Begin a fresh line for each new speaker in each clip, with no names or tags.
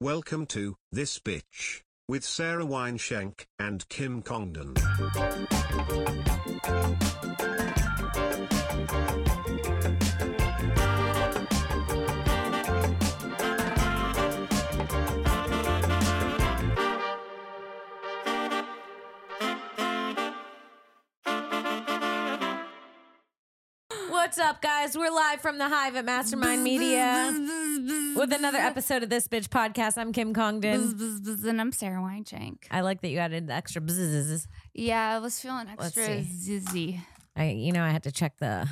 Welcome to This Bitch with Sarah Wineshank and Kim Congdon.
What's up, guys? We're live from the Hive at Mastermind Media with another episode of this bitch podcast. I'm Kim
Bzz,
Congdon.
bzz, bzz, and I'm Sarah Wineshank.
I like that you added the extra bzzz.
Yeah, I was feeling extra
see.
zizzy.
I, you know, I had to check the,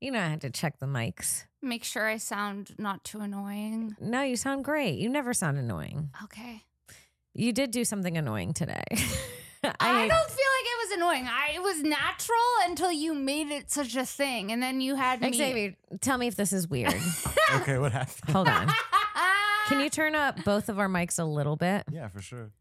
you know, I had to check the mics.
Make sure I sound not too annoying.
No, you sound great. You never sound annoying.
Okay.
You did do something annoying today. I,
I, don't feel like it was annoying. I, it was natural until you made it such a thing, and then you had me.
Xavier, tell me if this is weird.
okay, what happened?
Hold on. Can you turn up both of our mics a little bit?
Yeah, for sure.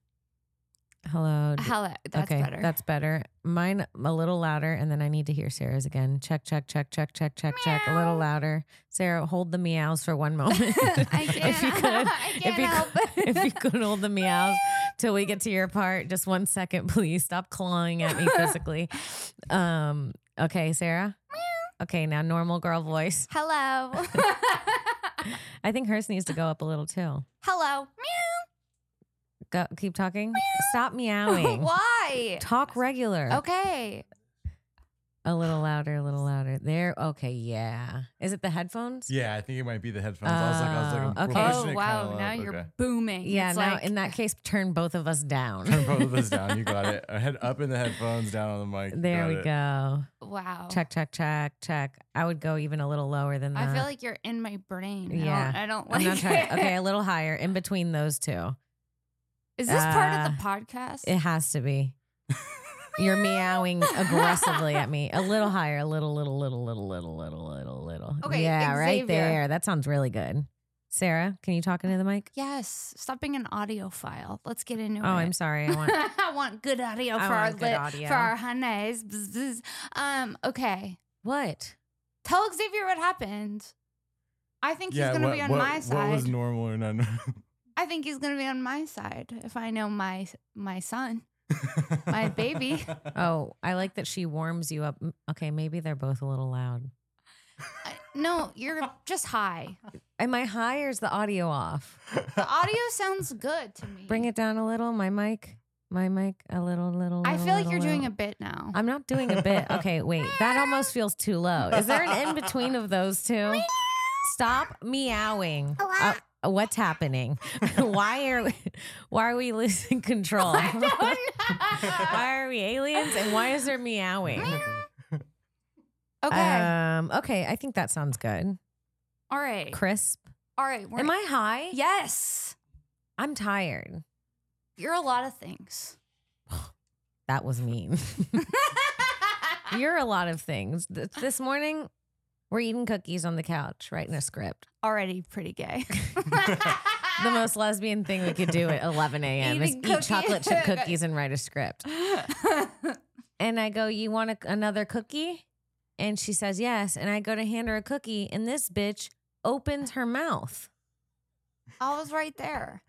Hello. d-
Hella, that's
okay,
better.
That's better. Mine a little louder, and then I need to hear Sarah's again. Check, check, check, check, check, check, check. A little
Meow.
louder. Sarah, hold the meows for one moment.
I can't.
if you could,
I
if
can't
you
help.
could- if you could hold the meows till we get to your part, just one second, please. Stop clawing at me physically. Um. Okay, Sarah. Okay, now normal girl voice.
Hello.
I think hers needs to go up a little too.
Hello.
Go, keep talking. Stop meowing.
Why?
Talk regular.
Okay.
A little louder, a little louder. There. Okay, yeah. Is it the headphones?
Yeah, I think it might be the headphones. I was like, I was like,
Oh,
I'm-
okay.
we're
Oh
pushing it
wow!
kinda
Now
up,
you're
okay.
booming.
Yeah,
It's
now
like,
in that case, turn both of us down.
Turn both of those down. You got it. I had up in the headphones, down on the mic.
there
Got
we
it.
go.
wow.
Check, check, check, check. I would go even a little lower than that.
I feel like you're in my brain.
Yeah.
Yeah, I don't, I don't
I'm
like
not trying.
it.
Okay, a little higher in between those two.
Is this part of
Uh,
the podcast?
It has to be. You're meowing aggressively at me. A little higher, a little, little, little, little, little, little, little, little.
Okay,
yeah, right
Xavier.
there. That sounds really good. Sarah, can you talk into the mic?
yes. Stop being an audiophile. Let's get into it.
Oh, I'm sorry. I want.
I want good audio
I
for our
want good
lit,
audio.
for our honeys. Bzz, bzz. Um. Okay.
what?
Tell Xavier what happened. I think
Yeah,
he's gonna
what,
be on
what-
my
What
side.
was normal or not? normal?
I think he's gonna be on my side if I know my my son. My baby.
Oh, I like that she warms you up. M- Okay, maybe they're both a little loud.
I- no, you're just high.
Am I high or is the audio off?
The audio sounds good to me.
Bring it down a little, my mic. My mic a little, little.
I
little,
feel like
little,
you're doing a
little.
bit now.
Oh, I'm not doing a bit. Okay, wait. That almost feels too low. Is there an in between of those two? Stop meowing. Uh, what's happening? why are why are we losing control? why are we aliens and why is there meowing?
okay.
Um okay, I think that sounds good.
All right.
Crisp.
All right. We're
Am I high?
Yes.
I'm tired.
You're a lot of things.
That was mean. You're a lot of things. Th- This morning, we're eating cookies on the couch, writing a script.
Already pretty gay.
The most lesbian thing we could do at 11 a.m. is
Ah. Eating
eat
cookies.
chocolate chip cookies and write a script. And I go, You want a, another cookie? And she says, Yes. And I go to hand her a cookie, and this bitch opens her mouth.
I was right there.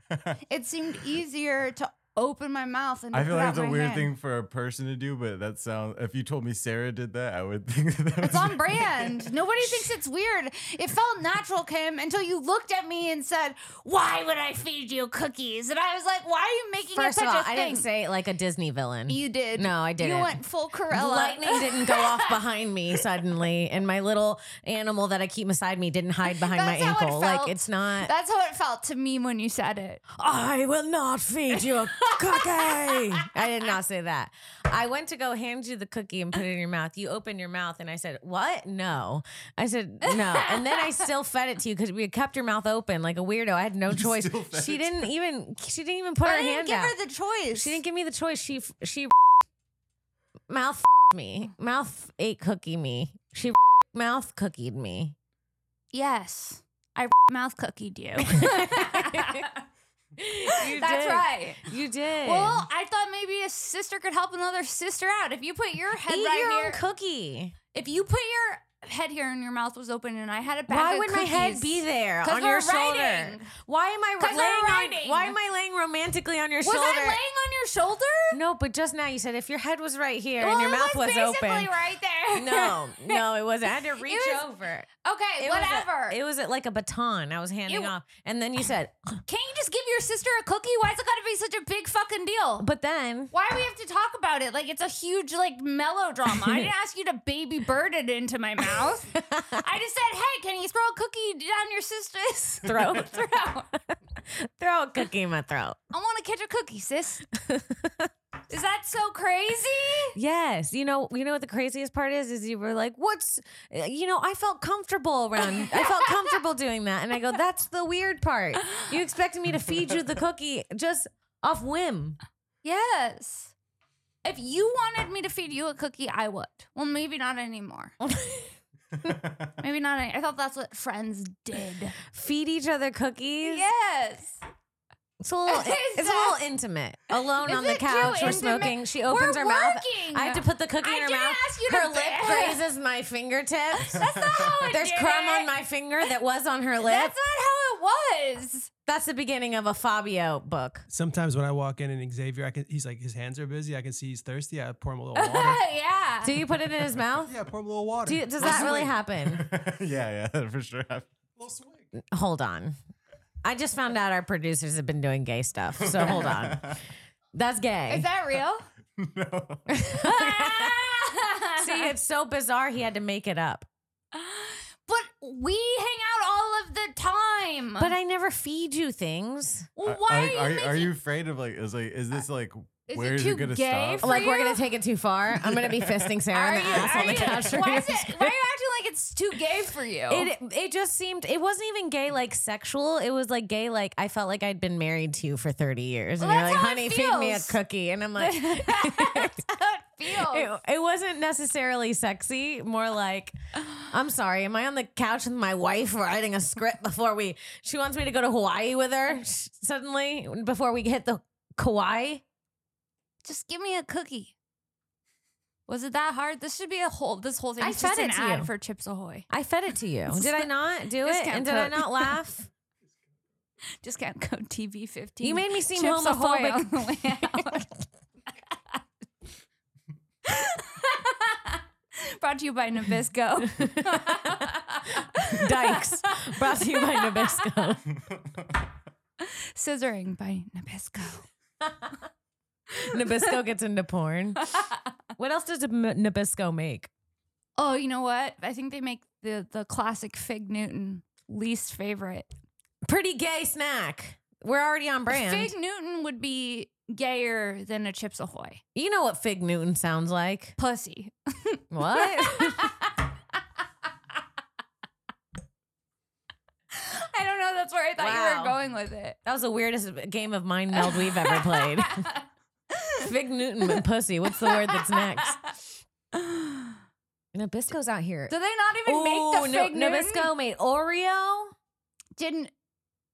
It seemed easier to open my mouth and
I feel like it's a weird
hand.
thing for a person to do, but that sounds. If you told me Sarah did that, I would think that, that
It's
was
on brand. Nobody thinks it's weird. It felt natural, Kim, until you looked at me and said, "Why would I feed you cookies?" And I was like, "Why are you making
First
it
of
such
all,
a
I
thing?"
didn't say it like a Disney villain.
you did.
No, I didn't.
You went full
The
Corella.
lightning didn't go off behind me suddenly, and my little animal that I keep beside me didn't hide behind my
That's how it
ankle. Like
felt.
it's not.
That's how it felt to me when you said it.
I will not feed you a cookie. I did not say that. I went to go hand you the cookie and put it in your mouth. You opened your mouth and I said, What? No. I said, No. And then I still fed it to you because we had kept your mouth open like a weirdo. I had no choice.
still fed
She
it to
didn't even she didn't even put her
I didn't
hand
give
out.
her the choice.
she didn't give me the choice. She f- she mouth me. Mouth ate cookie me. She mouth cookied me.
Yes, I mouth cookied you.
You
That's
did.
right.
You did.
Well, I thought maybe a sister could help another sister out. If you put your head
eat
right
your
here,
own cookie.
if you put your head here and your mouth was open, and I had a bag
Why
of
would my head
cookies-
be there
'Cause
on your
we're
shoulder?
writing.
Why am I
'Cause we're
laying Why am I laying romantically on your
Was
shoulder?
I laying on your shoulder?
no, but just now you said if your head was right here and
Well,
your
it
mouth was,
basically
open.
right there.
No, no, it wasn't. I had to reach
was-
over.
Okay,
It was a-
whatever.
it was like a baton I was handing
It-
off. And then you said,
Can't you just give your sister a cookie? Why's it gotta be such a big fucking deal?
but then
Why do we have to talk about it? Like it's a huge like melodrama. I didn't ask you to baby bird it into my mouth. I just said, hey, can you throw a cookie down your sister's
Throat.
throat?
throw a cookie in my throat.
I want to catch a cookie, sis. Is that so crazy?
Yes, you know, you know what the craziest part is is you were like, "What's?" Uh, You know, I felt comfortable around. I felt comfortable doing that, and I go, "That's the weird part." You expected me to feed you the cookie just off whim.
Yes. If you wanted me to feed you a cookie, I would. Well, maybe not anymore. Maybe not. Any- I thought that's what friends did.
Feed each other cookies.
Yes.
It's a little, it's a little intimate. Alone
Is
on the
it too
couch, we're
intimate?
smoking. She opens
We're
her mouth.
working.
I have to put the cookie
I
in her
didn't
mouth.
ask you to
her lip
bear.
grazes my fingertips.
That's not how it
There's
did
crumb
it.
on my finger that was on her lip.
That's not how it was.
That's the beginning of a Fabio book.
Sometimes when I walk in and Xavier, I can he's like his hands are busy. I can see he's thirsty. I pour him a little water.
yeah.
Do you put it in his mouth?
yeah, pour him a little water.
Do you, does that really
Swig.
happen?
yeah, yeah, that for sure. happened.
Little swig.
Hold on. I just found out our producers have been doing gay stuff. So hold on. That's gay.
Is that real?
no.
See, it's so bizarre he had to make it up.
but we hang out all of the time.
But I never feed you things.
Well, why
Like,
are, you?
are,
making-
you afraid of like? Is like, is this like?
is it
where is
too
it gonna
gay
stop?
for
like we're
you?
gonna take it too far. I'm gonna be fisting Sarah in the ass on the couch.
Why, is it, why are you acting like it's too gay for you?
It it just seemed it wasn't even gay like sexual. It was like gay like I felt like I'd been married to you for 30 years, and
Well,
you're
that's
like,
how it
"Honey, feed me a
feels."
cookie," and I'm like,
That's how it feels.
it, it wasn't necessarily sexy. More like, I'm sorry, am I on the couch with my wife writing a script before we? She wants me to go to Hawaii with her sh- suddenly before we hit the Kauai.
Just give me a cookie. Was it that hard? This should be a whole. This whole thing.
I
is just
fed
an
it to
ad
you.
for Chips Ahoy.
I fed it to you. Did I not do it?
Discount
And did I
code.
not laugh?
Discount code TV fifteen.
You made me seem
Chips Ahoy
homophobic.
on the way out. Brought to you by Nabisco.
Dykes, brought to you by Nabisco.
Scissoring by Nabisco.
Nabisco gets into porn. What else does M- Nabisco make?
Oh, you know what? I think they make the the classic Fig Newton least favorite.
Pretty gay snack. We're already on brand.
Fig Newton would be gayer than a Chips Ahoy.
you know what Fig Newton sounds like.
Pussy.
What?
I don't know. That's where I thought you
Wow.
were going with it.
That was the weirdest game of mind meld we've ever played. Fig Newton and pussy. What's the word that's next? Nabisco's out here.
Do they not even
Ooh,
make the
no-
Fig Newton?
Nabisco made Oreo.
Didn't.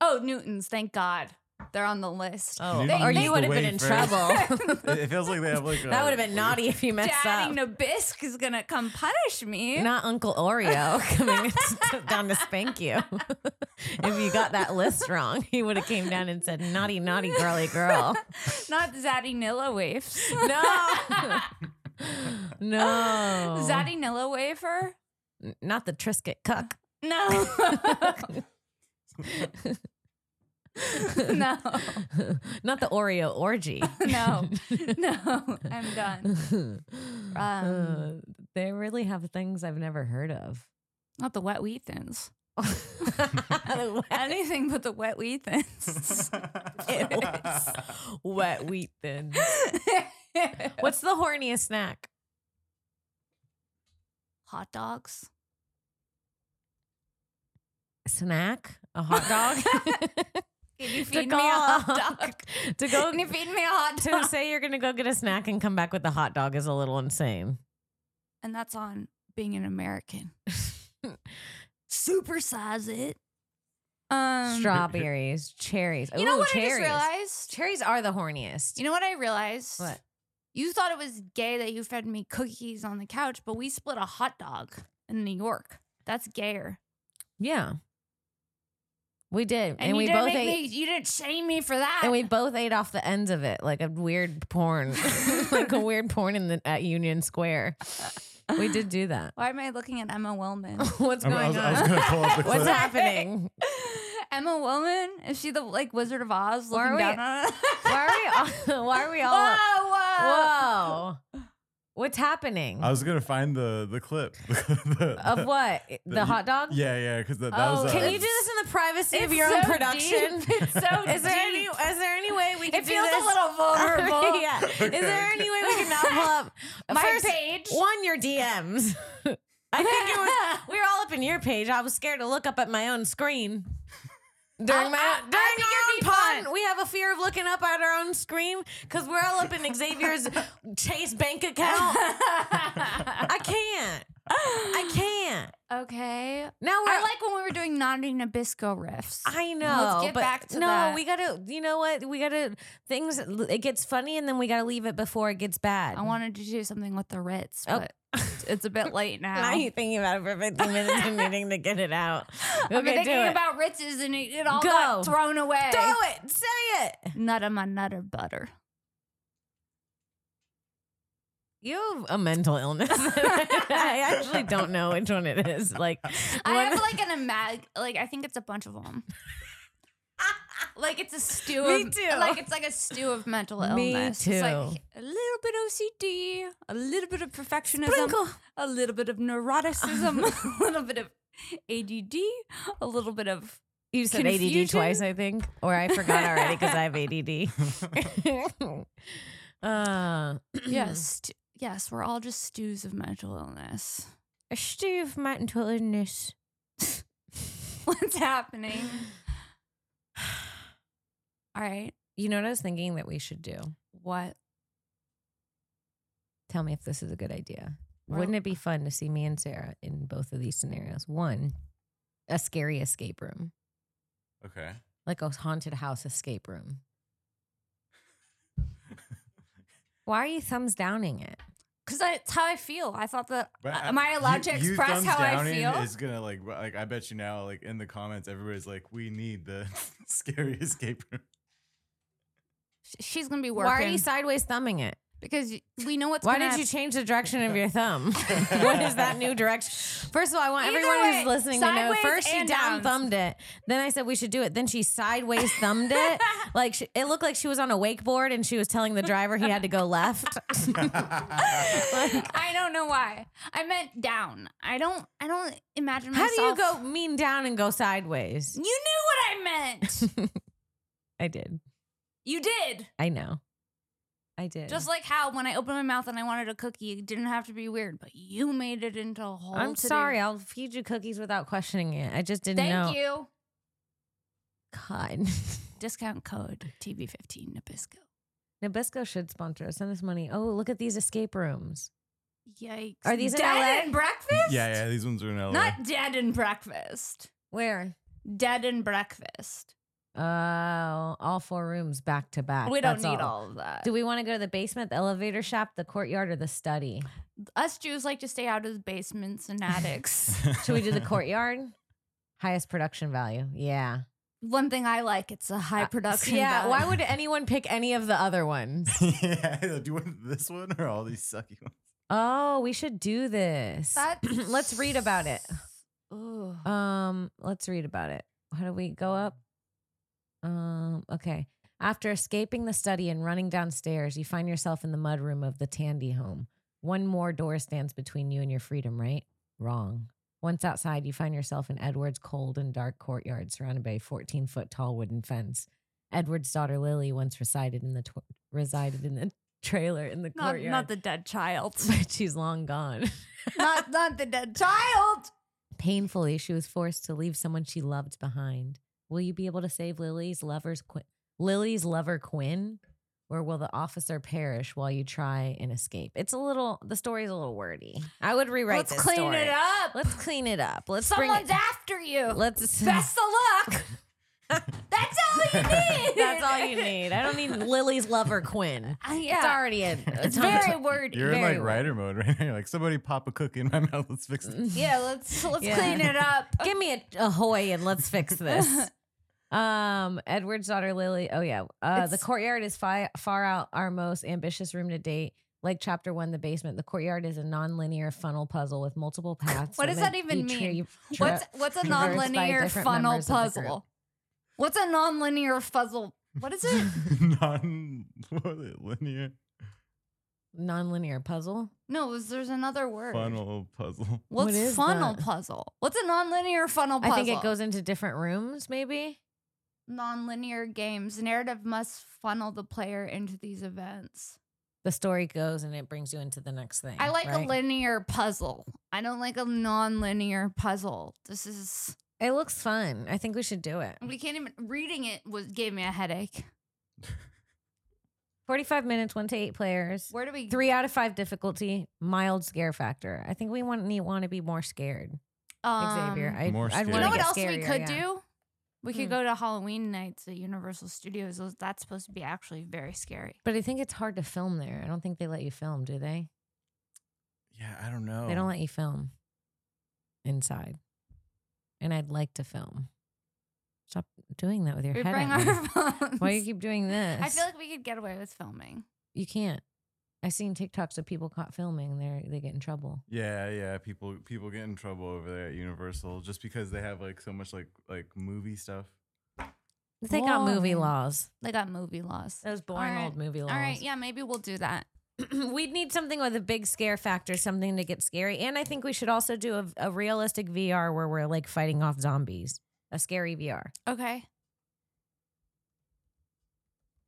Oh, Newtons. Thank God. They're on the list.
Oh,
Newton
or
was
you
the
would have been
way
in
first.
trouble.
It, it feels like they have like.
that would have been naughty if you messed
Daddy
up.
Nabisco is going to come punish me.
Not Uncle Oreo coming down to spank you. if you got that list wrong, he would have came down and said, "Naughty, naughty, girly girl."
Not Zaddy Nilla waifs.
No, no,
Zaddy Nilla wafer?
not the Trisket cuck.
No. no.
Not the Oreo orgy.
No. No. I'm done. Um,
Uh, they really have things I've never heard of.
Not the wet wheat thins. Anything but the wet wheat thins.
Wet wheat then. What's the horniest snack?
Hot dogs.
Snack? A hot dog?
Can
to
you feed
go
me a hot dog?
to go
Can you feed me a hot
to
dog?
say you're gonna go get a snack and come back with a hot dog is a little insane.
And that's on being an American. Supersize it. Um,
Strawberries, cherries.
You know
Ooh,
what
cherries.
I just realized?
Cherries are the horniest.
You know what I realized?
what?
You thought it was gay that you fed me cookies on the couch, but we split a hot dog in New York. That's gayer.
Yeah. We did, and,
And, you
we
didn't
both
make
ate.
me, you didn't shame me for that.
and we both ate off the ends of it like a weird porn, like a weird porn in the at Union Square. We did do that.
Why am I looking at Emma Willman?
What's
I'm-
going
I was, I
on?
was gonna pull up the clip.
What's happening?
Emma Willman? Is she the like Wizard of Oz
Why
looking
are we-
down on us?
Why are we all? Why are we all?
Whoa, whoa.
Whoa! What's happening?
I was gonna find the the clip The-
of
the-
what? The,
you-
hot dog?
Yeah, yeah, because that, that
Oh,
was. Uh,
Can you do this in the privacy of
It's
your
so
own production?
deep. It's so
is there any
deep.
is there any way we can
It
do
feels
this?
a little vulnerable.
yeah. Is there any way we can now pull up
My
First,
page.
One, your DMs. I think it was we were all up in your page. I was scared to look up at my own screen. During
I-
my
I- I
during
think it'd be
your own
fun.
pod, we have a fear of looking up at our own screen because we're all up in Xavier's Chase bank account. I can't. I can't.
okay.
Now we're
I like when we were doing Naughty Nabisco riffs.
I know.
get
but
back to
no,
that.
we gotta. You know what? We gotta. Things. It gets funny, and then we gotta leave it before it gets bad.
I wanted to do something with the Ritz,
Mm-hmm. Oh.
but it's a bit late now.
Now you're thinking about it for 15 minutes and needing to get it out.
I've been
Okay, do
thinking
it.
about Ritzes and it, it all
Go.
got thrown away.
do it. Say it.
Nut of my nutter butter.
You have a mental illness. I actually don't know which one it is. Like,
I
one-
have like an imag like I think it's a bunch of them. like it's a stew.
Me
of,
too.
Like it's like a stew of mental
Me
illness. It's like
too.
a little bit OCD, a little bit of perfectionism,
Sprinkle.
a little bit of neuroticism, a little bit of ADD, a little bit of
You said ADD
Confusion?
twice, I think, or I forgot already because I have ADD. uh,
Mm-hmm.
yes, st- yes. We're all just stews of mental illness.
a stew of mental illness.
What's happening? All right.
You know what I was thinking that we should do?
What?
Tell me if this is a good idea.
Well-
Wouldn't it be fun to see me and Sarah in both of these scenarios? One, a scary escape room,
okay.
like a haunted house escape room. Why are you thumbs downing it?
Because that's how I feel. I thought that. uh,
But uh,
am I allowed to
you- you
express
thumbs
how I
down in
feel?
Is gonna like w- like I bet you now like in the comments everybody's like we need the scary escape room.
Sh- She's gonna be working.
Why are you sideways thumbing it?
because y- we know what's.
Why
gonna
did you change the direction of your thumb? what is that new direction? First of all, I want
Either
everyone
way,
who's listening to know.
sideways
First, she
and
down
downs.
thumbed it. Then I said we should do it. Then she sideways thumbed it. Like she, it looked like she was on a wakeboard and she was telling the driver he had to go left. Like,
I don't know why. I meant down. I don't. I don't imagine
how
myself.
do you go mean down and go sideways?
You knew what I meant.
I did.
you did.
I know. I did.
Just like how when I opened my mouth and I wanted a cookie, it didn't have to be weird, but you made it into a whole.
I'm
to-do.
sorry. I'll feed you cookies without questioning it. I just didn't
Thank
know.
you.
God.
Discount code TB15 Nabisco.
Nabisco should sponsor us. Send us money. Oh, look at these escape rooms.
Yikes.
Are these in
dead
LA?
and breakfast?
yeah, yeah, these ones are in LA.
Not dead and breakfast.
Where?
Dead and breakfast.
Oh, all four rooms back to back.
We don't
That's
need all. of that.
Do we want to go to the basement, the elevator shop, the courtyard, or the study?
Us Jews like to stay out of the basements and attics.
Should we do the courtyard? Highest production value. Yeah.
One thing I like, it's a high
Uh,
production.
yeah.
value.
Why would anyone pick any of the other ones?
yeah, do you want this one or all these sucky ones?
oh, we should do this.
That's-
let's read about it.
Ooh.
Um, let's read about it. How do we go up? Um, okay. After escaping the study and running downstairs, you find yourself in the mudroom of the Tandy home. One more door stands between you and your freedom, right? Wrong. Once outside, you find yourself in Edward's cold and dark courtyard surrounded by a 14 foot tall wooden fence. Edward's daughter Lily once resided in the tw- resided in the trailer in the
not,
courtyard.
not the dead child.
but she's long gone.
not not the dead child.
Painfully, she was forced to leave someone she loved behind. Will you be able to save Lily's lover's Qu- Lily's lover Quinn, or will the officer perish while you try and escape? It's a little. The story's a little wordy. I would rewrite.
Let's
this
clean
story.
it up.
Let's clean it up. Let's
Someone's
bring
after you.
it. Let's.
Best of luck. That's all you need.
That's all you need. I don't need Lily's lover Quinn.
Uh, yeah.
It's already a.
It's very wordy.
You're in
Very
like
well.
writer mode right now. You're like somebody pop a cookie in my mouth. Let's fix it.
yeah, let's let's
Yeah.
clean it up.
Give me a, a hoy and let's fix this. Um, Edward's daughter Lily. Oh yeah. Uh, the
It's-
courtyard is fi- far out our most ambitious room to date. Like chapter one, the basement. The courtyard is a non-linear funnel puzzle with multiple paths.
What
that
does that
meant
even
each
mean?
re-
What's
trip
what's a
traversed by
nonlinear
different
funnel
members of the group.
puzzle? What's a nonlinear puzzle? What is it?
Non what was it, linear
non-linear puzzle?
No, it was, there's another word.
funnel puzzle.
What
What's
is
funnel
that?
puzzle? What's a nonlinear funnel puzzle?
I think it goes into different rooms, maybe.
nonlinear games. Narrative must funnel the player into these events.
The story goes and it brings you into the next thing.
I like
right?
a linear puzzle. I don't like a nonlinear puzzle. This is
It looks fun. I think we should do it.
we can't even reading it was gave me a headache.
45 minutes, one to eight players.
Where do we
Three out of five difficulty, mild scare factor. I think we want need want to be more scared,
um,
Xavier. I,
More
I'd
scared.
You
wanna
know what
get
else we
scarier,
could
yeah.
do? We could
Hmm.
go to Halloween nights at Universal Studios. Those- That's supposed to be actually very scary.
But I think it's hard to film there. I don't think they let you film, do they?
Yeah, I don't know.
They don't let you film inside. And I'd like to film. Stop doing that with your
We
head.
bring
at me.
our phones.
Why do you keep doing this?
I feel like we could get away with filming.
you can't. I've seen TikToks of people caught filming. They they get in trouble.
Yeah, yeah. People people get in trouble over there at Universal just because they have like so much like like movie stuff.
They got movie
Why?
laws.
They got movie laws.
Those boring
right.
old movie laws.
All right, yeah, maybe we'll do that.
We'd need something with a big scare factor, something to get scary. And I think we should also do a, a realistic VR where we're like fighting off zombies, a scary VR.
Okay.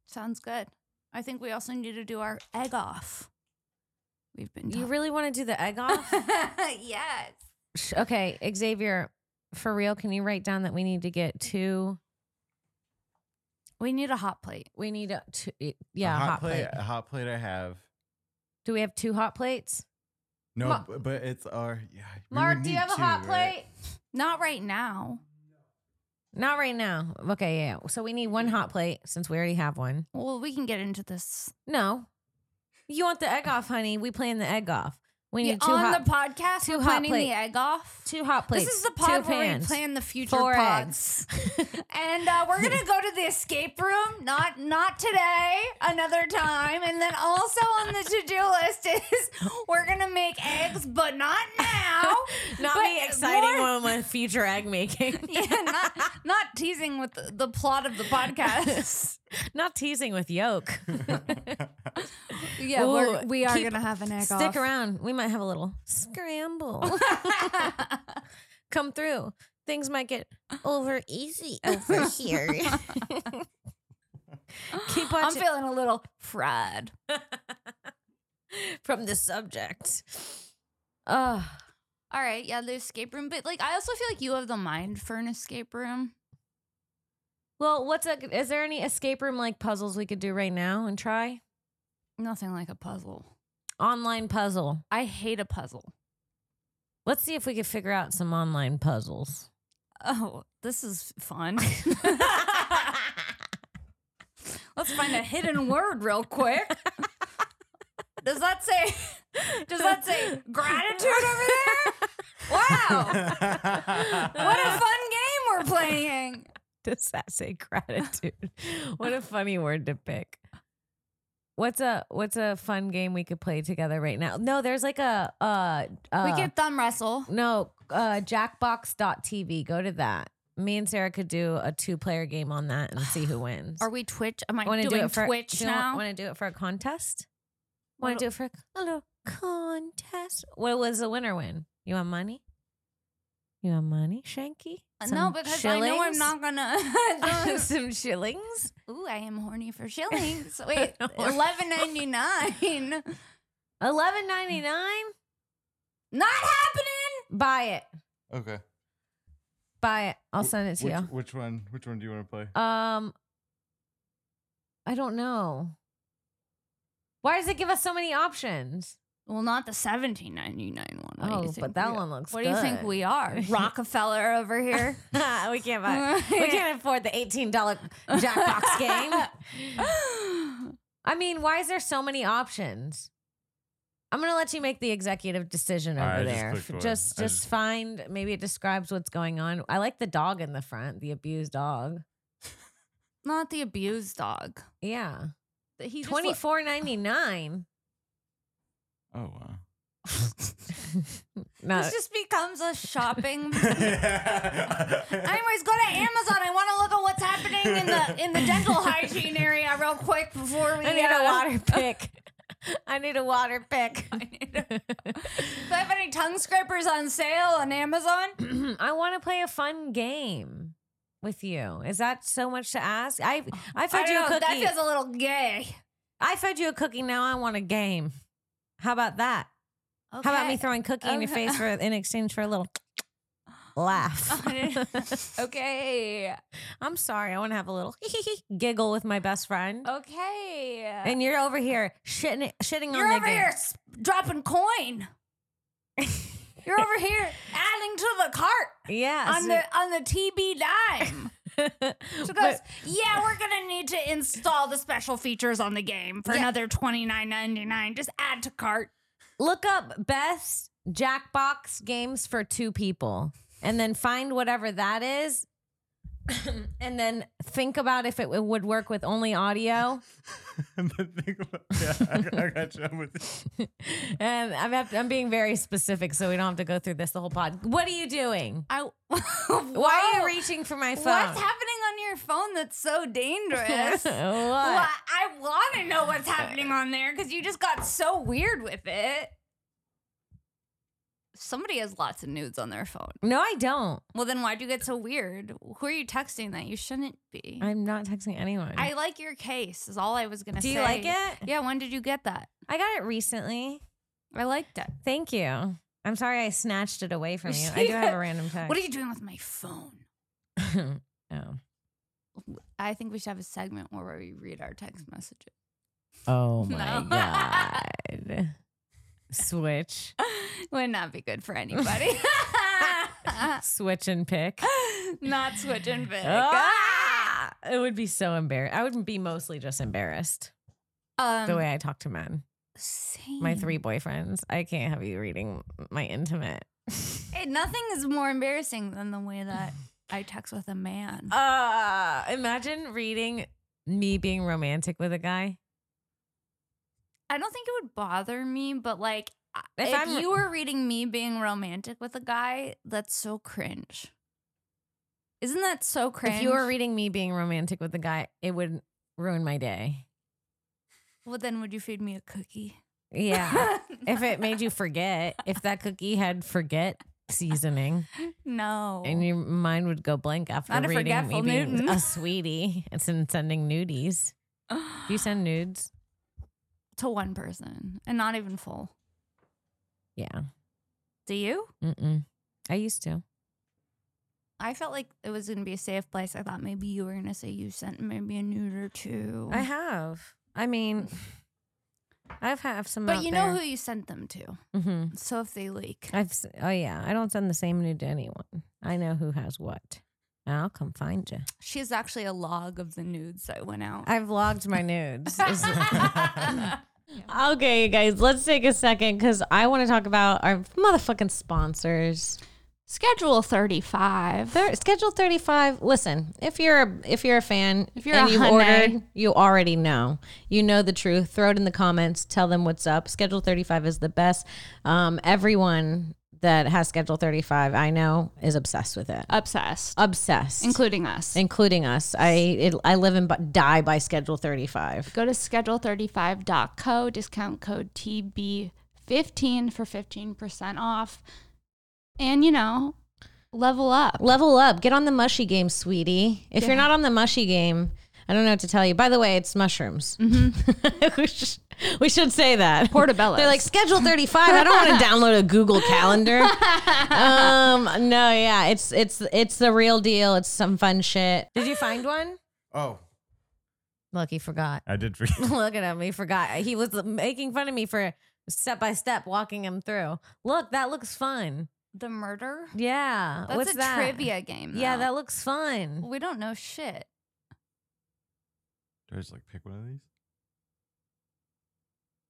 Sounds good. I think we also need to do our egg off. We've been
You
talk-
really want to do the egg off?
yes.
Sh- okay, Xavier, for real, can you write down that we need to get two?
We need a hot plate.
We need a two, yeah,
a
hot, plate.
uh,
A hot plate I have.
Do we have two hot plates?
No,
Ma-
b- but it's our yeah. we would need two, right?
Not right now.
Not right now. Okay, yeah. So we need one hot plate since we already have one.
Well, we can get into this
No, you want the egg off, honey? We playing the egg off. We
Yeah,
need two
on
hot,
the podcast.
two
we're
hot
planning
plate-
the egg off.
two hot plates.
This is the
two
pod where we
pans.
plan the future
four
pods. and uh, we're gonna go to the escape room. Not not today, another time. And then also on the to do list is we're gonna make eggs, but not now.
Not
But
me exciting
more-
one with future egg making.
yeah, not not teasing with the, the plot of the podcast.
Not teasing with yolk.
yeah,
we're- we are
gonna have an egg.
Stick around. We might have a little scramble. Come through. Things might get over easy over here. Keep
I'm
watching
feeling a little fried.
from the subject. Ugh.
All right, yeah, the escape room. But like, I also feel like you have the mind for an escape room.
well, what's a, is there any escape room like puzzles we could do right now and try?
Nothing like a puzzle.
Online puzzle.
I hate a puzzle.
Let's see if we could figure out some online puzzles.
Oh, this is fun. Let's find a hidden word real quick. Does that say does that say gratitude over there? Wow. What a fun game we're playing.
Does that say gratitude? what a funny word to pick. What's a what's a fun game we could play together right now? No, there's like a uh, uh
we could thumb wrestle.
no uh jackbox.tv. Go to that. Me and Sarah could do a two player game on that and see who wins.
Are we Twitch? Am I,
wanna
doing Twitch
do you
now?
Want to do it for a contest? Want
What-
to do it for a, a little contest? What was the winner win? You want money? You want money, Shanky?
Uh, no,
Some
because I know I'm
shillings?
not gonna.
some shillings.
Ooh, I am horny for shillings. Wait, eleven ninety nine.
Eleven ninety nine.
Not happening.
Buy it.
okay.
Buy it. I'll send it to
which,
you.
Which one? Which one do you want to play?
Um, I don't know. Why does it give us so many options?
Well, not the seventeen ninety nine one. What do you
Oh, but
think
that
we-
one looks
What do you think
good.
we are, Rockefeller over here?
we can't buy. we can't afford the eighteen dollar Jackbox game. I mean, why is there so many options? I'm gonna let you make the executive decision over
All right, I just
there.
clicked one.
F- Just,
I
just
just-
find. Maybe it describes what's going on. I like the dog in the front, the abused dog.
not the abused dog.
Yeah.
He just
Twenty
look-
four ninety nine.
Oh wow.
No,
this just becomes a shopping.
I'm
Anyways, go to Amazon. I want to look at what's happening in the in the dental hygiene area real quick before we
I need a
uh,
water pick. I need a water pick.
I need a- Do I have any tongue scrapers on sale on Amazon?
I want to play a fun game with you. Is that so much to ask? I I fed you a
Oh, I don't know,
cookie.
That feels a little gay.
I fed you a cookie. Now I want a game. How about that? How about me throwing cookie in your
Okay. Oh,
face for in exchange for a little laugh?
okay.
I'm sorry. I want to have a little giggle with my best friend.
Okay.
And you're over here shitting, shitting
You're
on
over
the game.
here s- dropping coin. You're over here adding to the cart
Yeah.
on the on the TB dime. So goes, yeah, we're gonna need to install the special features on the game for
Yeah.
another twenty nine ninety nine. Just add to cart.
look up best Jackbox games for two people and then find whatever that is. and then think about if it would work with only audio.
think about, yeah, I, I got you. I'm with you.
and Um, I'm, have I'm being very specific so we don't have to go through this the whole pod. What are you doing?
I
Why are you reaching for my phone?
What's happening on your phone that's so dangerous?
What?
Well, I want to know what's happening on there because you just got so weird with it. Somebody has lots of nudes on their phone.
No, I don't.
Well, then why'd you get so weird? Who are you texting that you shouldn't be? I,
I'm not texting anyone.
like your case, is all I was going to
Do
say.
you like it?
Yeah, when did you get that?
I got it recently.
I liked it.
Thank you. I'm sorry I snatched it away from
You
you.
see
I do have
it?
a random text.
What are you doing with my phone?
you? oh.
I think we should have a segment where we read our text messages.
Oh
No.
my god. Switch.
Would not be good for anybody.
Switch and pick.
not switching
Oh,
Vic.
Ah! It would be so embarrassed. I would be mostly just embarrassed
Um,
the way I talk to men. My
same.
three boyfriends. I can't have you reading my intimate.
Hey, nothing is more embarrassing than the way that I text with a man.
Uh imagine reading me being romantic with a guy.
I don't think it would bother me, but like I-
If
if,
I'm-
you were reading me being romantic with a guy, that's so cringe. Isn't that so cringe?
If you were reading me being romantic with a guy, it would ruin my day.
well, then would you feed me a cookie?
Yeah. if it made you forget, if that cookie had forget seasoning.
no.
And your mind would go blank after
Not a
reading
forgetful
maybe
Newton.
a sweetie and sen- sending nudies. Do you send nudes?
to one person and not even full.
Yeah.
Do you?
Mm-mm. I used to.
I felt like it was gonna be a safe place. I thought maybe you were gonna say you sent maybe a nude or two.
I have. I mean, I've have some.
but you know who you sent them to.
who? hmm
So if they leak,
I've. s- Oh yeah. I don't send the same nude to anyone. I know who has what. And I'll come find you.
she's actually a log of the nudes that went out.
I've logged my nudes. okay, you guys. Let's take a second because I want to talk about our motherfucking sponsors.
Schedule 35.
Thir- schedule 35 listen if you're a, if you're a fan
If you're
and
a
you
honey.
ordered you already know you know the truth throw it in the comments tell them what's up schedule 35 is the best um, everyone that has schedule 35 i know is obsessed with it
Obsessed.
obsessed
Including us.
including us i it, i live and bu- die by schedule 35
Go to schedule35.co, discount code TB15 for 15% off. And, you know, level up.
level up get on the mushy game sweetie if you're not on the mushy game i don't know what to tell you by the way it's mushrooms we, should, we should say that
Portobello.
They're like schedule 35. I don't want to download a Google calendar. um, no, yeah, it's it's it's the real deal. It's some fun shit. Did you find one?
Oh,
Look, he forgot.
I did forget.
Look at him. He forgot. He was making fun of me for step by step walking him through. Look, that looks fun.
the murder?
Yeah.
That's
What's
a
that?
trivia game.
Yeah,
though.
that looks fun.
we don't know shit.
Do I just like pick one of these?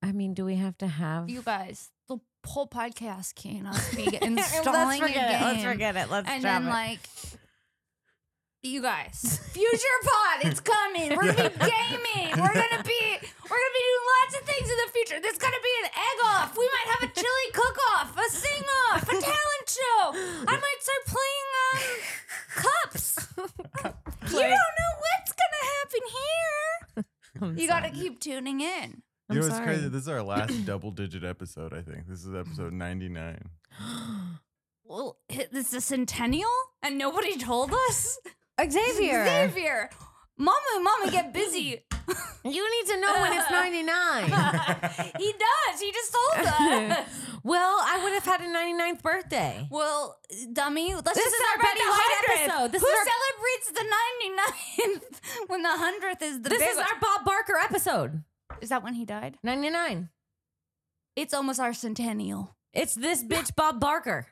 I mean, do we have to have
You guys, the whole podcast cannot be
Let's
installing a
forget it. Let's
game.
forget it. Let's
and
drop
then
it.
like
you guys. Future Pod, it's coming. We're gonna be gaming. We're gonna be we're gonna be doing lots of things in the future. There's gonna be an egg off. We might have a chili cook off, a sing off, a talent show. I might start playing um cups. You don't know what's gonna happen here.
I'm
You gotta keep tuning in.
I'm
you know what's
sorry. Mm.
crazy? This is our last double digit episode, I think. This is episode 99.
Well, it's a centennial, and nobody told us.
Xavier,
Xavier, Mama, Mama, get busy.
you need to know when it's 99.
he does. He just told us.
well, I would have had a 99th birthday.
Well, dummy, let's
This
just
is our
celebrate
Betty
the
White
100th.
episode. This
Who
is our-
celebrates the 99th when the 100th is the
This
big
is
one?
our Bob Barker episode.
Is that when he died?
99.
It's almost our centennial.
It's this bitch Bob Barker.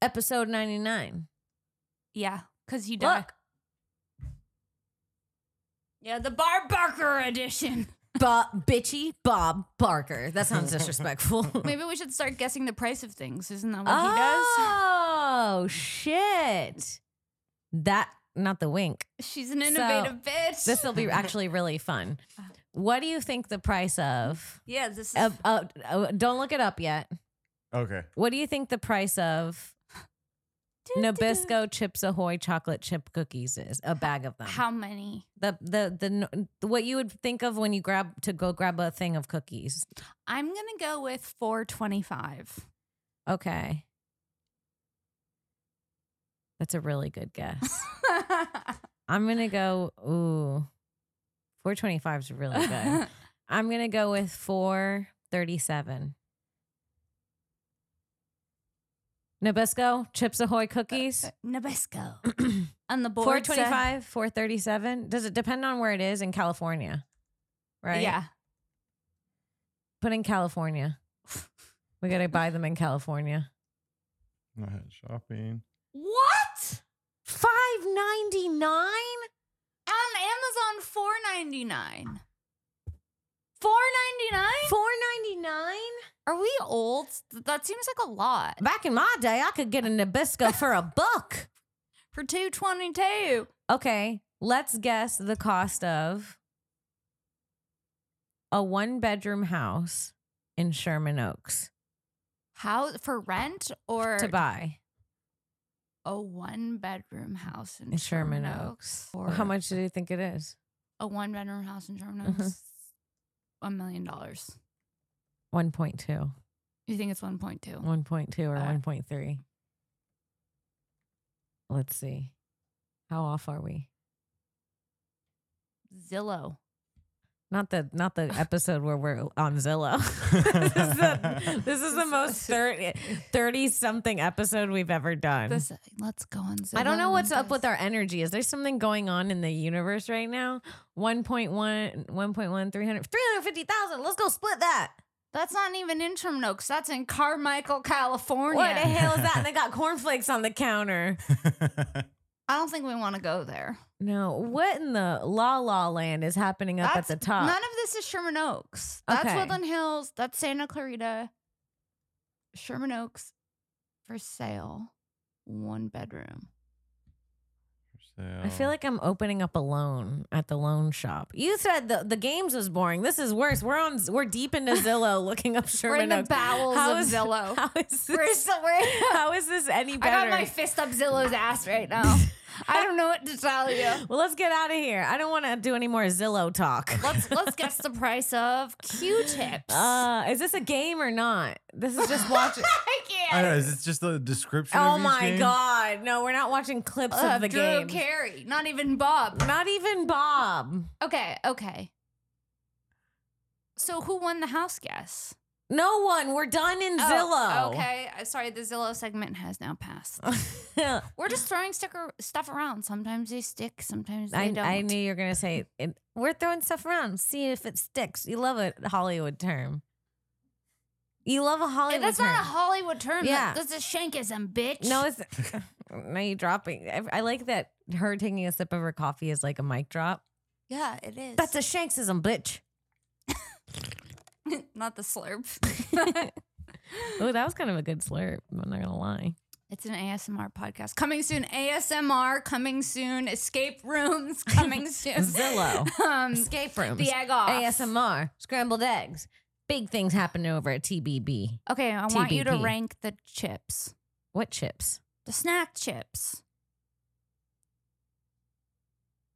Episode 99.
Yeah, because he died.
Look,
Yeah, the Bar Barker edition.
Bob, bitchy Bob Barker. That sounds disrespectful.
Maybe we should start guessing the price of things. Isn't that
oh,
what
shit. That, not the wink.
he does? She's an innovative bitch.
This will be actually really fun. What do you think the price of?
yeah, this is.
Uh, uh, uh, don't look it up yet.
Okay.
What do you think the price of Nabisco Chips Ahoy chocolate chip cookies is? A bag of them.
How many?
the the the n- what you would think of when you grab to go grab a thing of cookies.
I'm going to go with 425.
Okay. That's a really good guess. I'm going to go ooh. 425 is really good. I'm going to go with 437. Nabisco chips ahoy cookies.
Nabisco. On the board. said-
425, 437. Does it depend on where it is in California? Right?
Yeah.
Put in California. We got to buy them in California.
Go ahead, Shopping.
What?
599?
On Amazon, four ninety nine. Four ninety nine?
499?
Are we old? Th- That seems like a lot
Back in my day, I could get a Nabisco for a buck.
for two twenty two.
Okay, let's guess the cost of a one bedroom house in Sherman Oaks
How for rent or
to buy
a one bedroom house in,
in Sherman
Sherman
Oaks.
Or
How much do you think it is?
A one bedroom house in Sherman
Mhm.
Oaks. A million dollars.
1.2,
You think it's one point two?
Mm. 1.2 or
Uh,
1.3. Let's see. How off are we?
Zillow.
Not the not the episode where we're on Zillow. this, is the, this is the most 30 something episode we've ever done.
This, let's go on Zillow.
I don't know what's
and
up with
guess.
our energy. Is there something going on in the universe right now? 1.1 1.1 300 350,000. Let's go split that.
That's not even in Sherman Oaks. That's in Carmichael, California.
What the hell is that? And they got cornflakes on the counter.
I don't think we want to go there.
No, what in the la la land is happening up at
That's-
the top?
None of this is Sherman Oaks. That's
Okay.
Woodland Hills. That's Santa Clarita. Sherman Oaks for sale. One bedroom.
I feel like I'm opening up a loan at the loan shop. You said the, the games was boring. This is worse. We're on we're deep into Zillow looking up Sherman
We're in the
Oaks.
bowels
How
of
is-
Zillow.
How is
We're
this,
so- we're-
how is this any
I
better?
got my fist up Zillow's ass right now. I don't know what to tell you.
well, let's get out of here. I don't want to do any more Zillow talk.
Let's let's guess the price of Q-tips.
Uh, is this a game or not? This is just watching.
I
I
can't.
don't know. Is this just the description?
oh
of each
my
game?
god! No, we're not watching clips
Uh,
of the
Drew
game.
Carey, not even Bob.
Not even Bob.
Okay, okay. So who won the house guess?
No one. We're done in
Oh,
Zillow.
Okay, I- sorry. The Zillow segment has now passed. We're just throwing sticker stuff around. Sometimes they stick. Sometimes they
I,
don't.
I knew you were gonna say it. we're throwing stuff around. See if it sticks. You love a Hollywood term. You love a
Hey,
Hollywood.
that's
term.
not a Hollywood term.
Yeah.
Yeah, that's a shankism, um, bitch.
No, it's no. You dropping. I, I like that. Her taking a sip of her coffee is like a mic drop.
yeah, it is.
That's a Shanksism, bitch.
not the slurp.
Oh, that was kind of a good slurp. I'm not gonna lie.
It's an ASMR podcast coming soon. ASMR coming soon. Escape rooms coming soon.
Zillow.
Um,
Escape rooms.
the egg off.
ASMR. Scrambled eggs. Big things happen over at TBB.
Okay, I want you to
TBP.
rank the chips,
What chips?
the snack chips.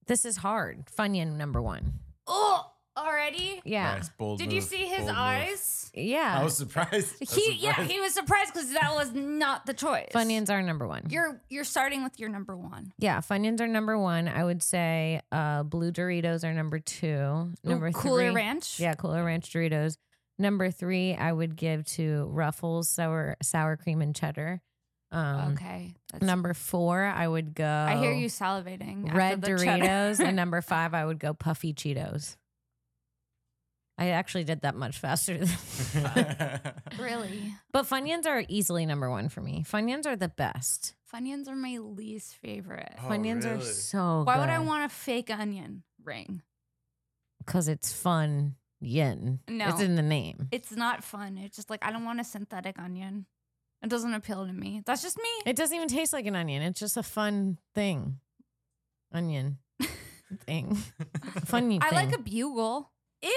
This is hard. Funyun number one.
Oh, already?
Yeah.
Nice, bold
Did you
move,
see his
bold move.
eyes?
Yeah.
I was surprised. I was
He yeah,
surprised.
he was surprised because that was not the choice.
Funyuns are number one.
You're you're starting with your number one.
yeah, Funyuns are number one. I would say uh, blue Doritos are number two.
Ooh,
Number
Cooler
three.
Ranch.
Yeah, Cooler Ranch Doritos. Number three, I would give to Ruffles sour sour cream and cheddar. Um,
Okay. That's,
Number four, I would go.
I hear you salivating. after
Red
the cheddar.
Doritos, and number five, I would go Puffy Cheetos. I actually did that much faster than.
really.
but Funyuns are easily number one for me. Funyuns are the best.
Funyuns are my least favorite.
Oh,
Funyuns are
really?
so.
Why would I want a fake onion ring?
Because it's fun. Yin.
No.
it's in the name.
It's not fun. It's just like I don't want a synthetic onion. It doesn't appeal to me. That's just me.
It doesn't even taste like an onion. It's just a fun thing. Onion thing. Funny.
I like a
thing.
bugle.
ew.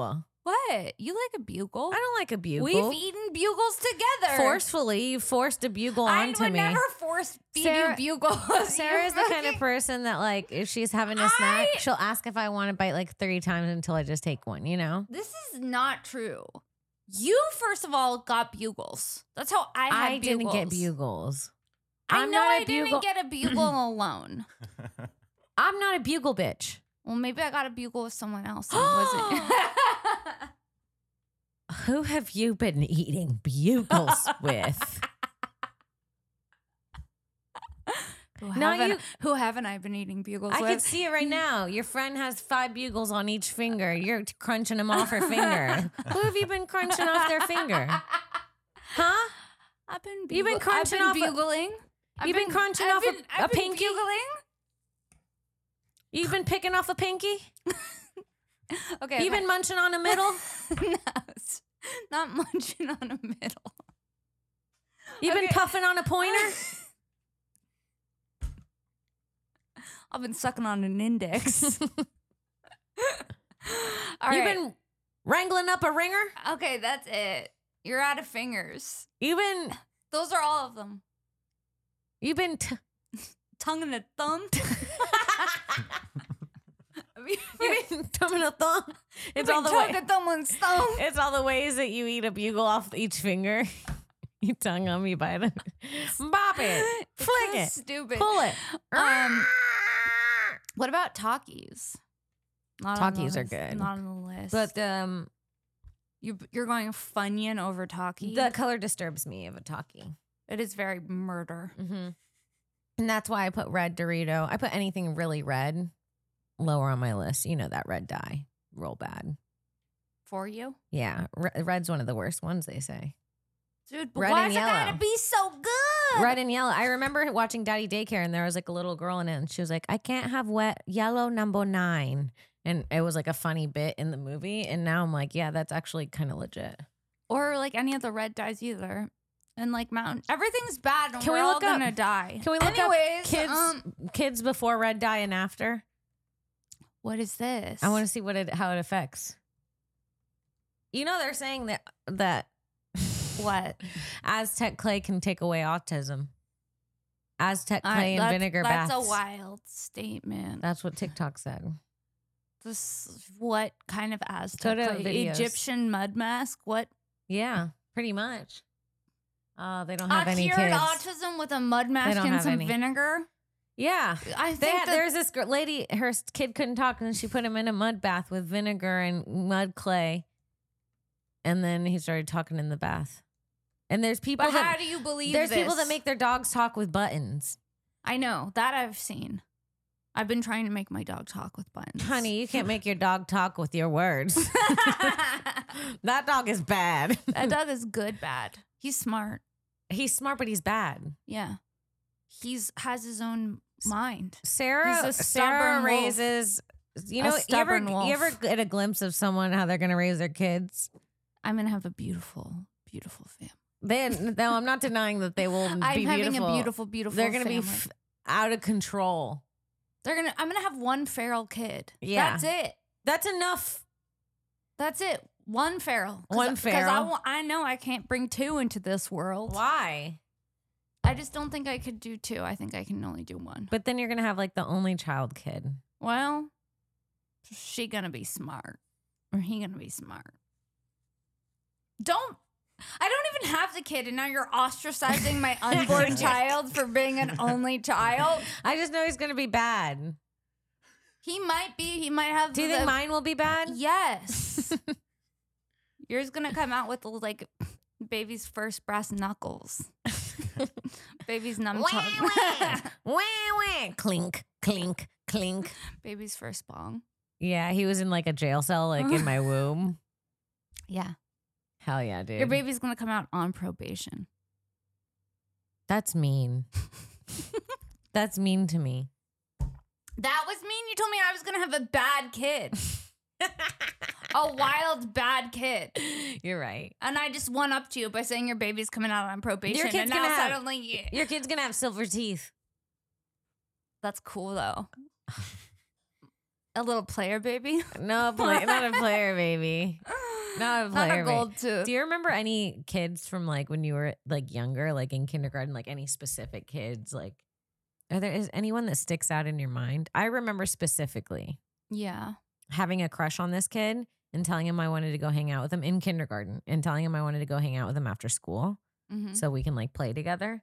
I
What? You like a bugle?
don't like a bugle.
We've eaten bugles together.
forcefully. You forced a bugle
I
onto
would
me.
never force feed
Sarah-
you bugles.
Sarah's
You
the kind of
fucking-
person that like if she's having a snack,
I-
she'll ask if I want to bite like three times until I just take one, you know?
This is not true. You first of all got bugles. That's how I had
I, didn't get
bugles.
bugles.
I
I'm
know
not
I
a bugle-
didn't get a bugle alone.
I'm not a bugle bitch.
Well, maybe I got a bugle with someone else. And it wasn't.
Who have you been eating bugles with?
who,
No,
haven't,
you-
who haven't I been eating bugles
I
with?
can see it right now. Your friend has five bugles on each finger. You're crunching them off her finger. Who have you been crunching off their finger? Huh?
I've been bugle-
You've been crunching
I've
off a-
been bugling. I've
You've been crunching
I've
off a-
been-
a
I've been
pinky?
bugling.
You've been picking off a pinky?
Okay.
You've been munching on a middle?
been not munching on a middle.
You've been
Okay.
puffing on a pointer?
I've been sucking on an index. All
You've
right.
been wrangling up a ringer?
okay, that's it. You're out of fingers.
You've been
Those are all of them.
you've been t-
Tongue and a thumb.
you've been thumbing a thumb. It's all the
tongue
way,
and thumb and thumb.
It's all the ways that you eat a bugle off each finger. you tongue on me by the bop it,
It's
flick
so
it,
Stupid.
pull it.
Um, what about talkies? Not on the
Takis are
list-
good.
Not on the list.
but um,
you, you're going Funyun over talkie.
the color disturbs me of a talkie,
it is very murder.
mm-hmm. and that's why I put red Dorito. I put anything really red lower on my list. You know that red dye, roll bad.
For you?
Yeah, re- red's one of the worst ones. They say.
Dude, but
Red
why
and
is it gotta
yellow.
be so good?
Red and yellow. I remember watching Daddy Daycare, and there was like a little girl in it, and she was like, "I can't have wet yellow number nine. And it was like a funny bit in the movie. And now I'm like, yeah, that's actually kind of legit.
or like any of the red dyes either. And like mountain, everything's bad. And
Can
we're
we
all
look up-
gonna die.
Can we look up
Anyways,
kids
um,
kids before red dye and after?
what is this?
I want to see what it how it affects. You know, they're saying that that
what
Aztec clay can take away autism. Aztec
I-
clay and
that's-
vinegar
That's
baths.
a wild statement.
That's what TikTok said.
this is what kind of
Go
Aztec?
to
like,
videos.
Egyptian mud mask. What?
Yeah, pretty much. Oh, they don't have
I
any
cured
kids.
autism with a mud mask
don't
and
have
some
any.
vinegar.
Yeah.
I
They
think
had,
that
there's this gr- lady, her s- kid couldn't talk, and she put him in a mud bath with vinegar and mud clay. And then he started talking in the bath. And there's people
But how
that
do you believe?
there's people that
this?
make their dogs talk with buttons.
I know that I've seen. I've been trying to make my dog talk with buttons,
Honey, you can't make your dog talk with your words. that dog is bad.
that dog is good, bad. He's smart.
he's smart, but he's bad.
Yeah. He's has his own mind.
Sarah Sarah
a stubborn wolf.
raises. You know, you ever
stubborn wolf.
you ever get a glimpse of someone how they're going to raise their kids?
I'm gonna have a beautiful, beautiful family.
Then no, I'm not denying that they will
I'm
be
having
beautiful.
a beautiful, beautiful.
They're gonna be
family.
f- out of control.
They're gonna. I'm gonna have one feral kid.
Yeah.
that's it.
That's enough.
That's it. One feral.
One
Because I,
feral.
wa- I know I can't bring two into this world.
Why?
I just don't think I could do two. I think I can only do one.
But then you're gonna have like the only child kid.
Well, she gonna be smart, or he gonna be smart. Don't. I don't even have the kid, and now you're ostracizing my unborn child for being an only child.
I just know he's gonna be bad.
He might be. He might have.
Do you
the,
think mine will be bad?
Yes. Yours gonna come out with like baby's first brass knuckles. baby's numb tongue.
Wah, wah. Clink, clink, clink.
baby's first bong.
Yeah, he was in like a jail cell, like in my womb.
Yeah.
Hell yeah, dude.
Your baby's gonna come out on probation.
That's mean. That's mean to me.
That was mean. You told me I was gonna have a bad kid. a wild bad kid.
You're right.
And I just one up to you by saying your baby's coming out on probation.
Your kid's
and now
gonna have-
suddenly you-
Your kid's gonna have silver teeth.
That's cool though. a little player baby.
No, play, not a player, baby. Not a player, baby.
gold tooth.
Do you remember any kids from like when you were like younger, like in kindergarten, like any specific kids? Like, are there is anyone that sticks out in your mind? I remember specifically
yeah.
having a crush on this kid and telling him I wanted to go hang out with him in kindergarten and telling him I wanted to go hang out with him after school.
Mm-hmm.
so we can like play together.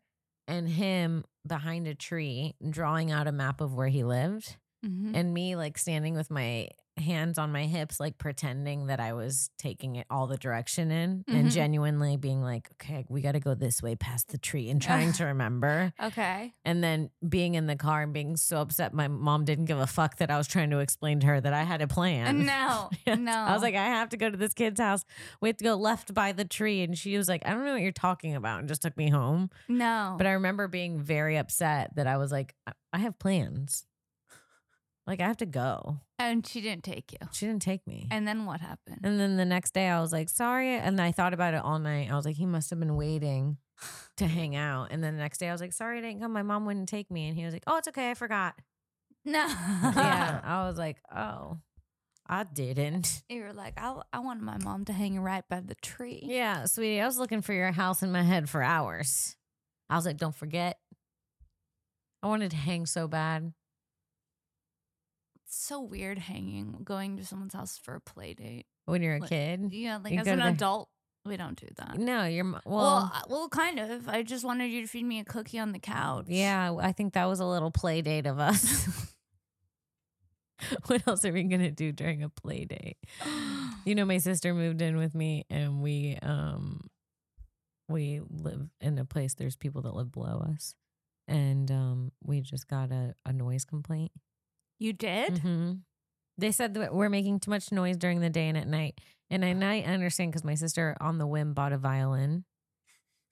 And him behind a tree drawing out a map of where he lived,
Mm-hmm.
and me like standing with my hands on my hips, like pretending that I was taking it all the direction in
Mhm.
and genuinely being like, okay, we got to go this way past the tree and trying to remember.
Okay.
And then being in the car and being so upset my mom didn't give a fuck that I was trying to explain to her that I had a plan.
no, no.
I was like, I have to go to this kid's house. We have to go left by the tree. And she was like, I don't know what you're talking about. And just took me home.
no.
But I remember being very upset that I was like, I- I have plans. Like, I have to go.
and she didn't take you.
She didn't take me.
And then what happened?
And then the next day, I was like, sorry. And I thought about it all night. I was like, he must have been waiting to hang out. And then the next day, I was like, sorry, I didn't come. My mom wouldn't take me. And he was like, oh, it's okay. I forgot.
no.
yeah. I was like, oh, I didn't.
You were like, I, I wanted my mom to hang right by the tree.
Yeah, sweetie, I was looking for your house in my head for hours. I was like, don't forget. I wanted to hang so bad.
It's so weird hanging, going to someone's house for a play date.
when you're a
Like,
kid.
Yeah, like
Mm. You
as
go
an
to their-
adult, we don't do that.
No, you're m- well.
well, I- well, kind of. I just wanted you to feed me a cookie on the couch.
yeah, I think that was a little play date of us. what else are we gonna do during a play date? You know, my sister moved in with me, and we um we live in a place. There's people that live below us, and um we just got a, a noise complaint.
You did?
hmm They said that we're making too much noise during the day and at night. And at night, I understand because my sister on the whim bought a violin.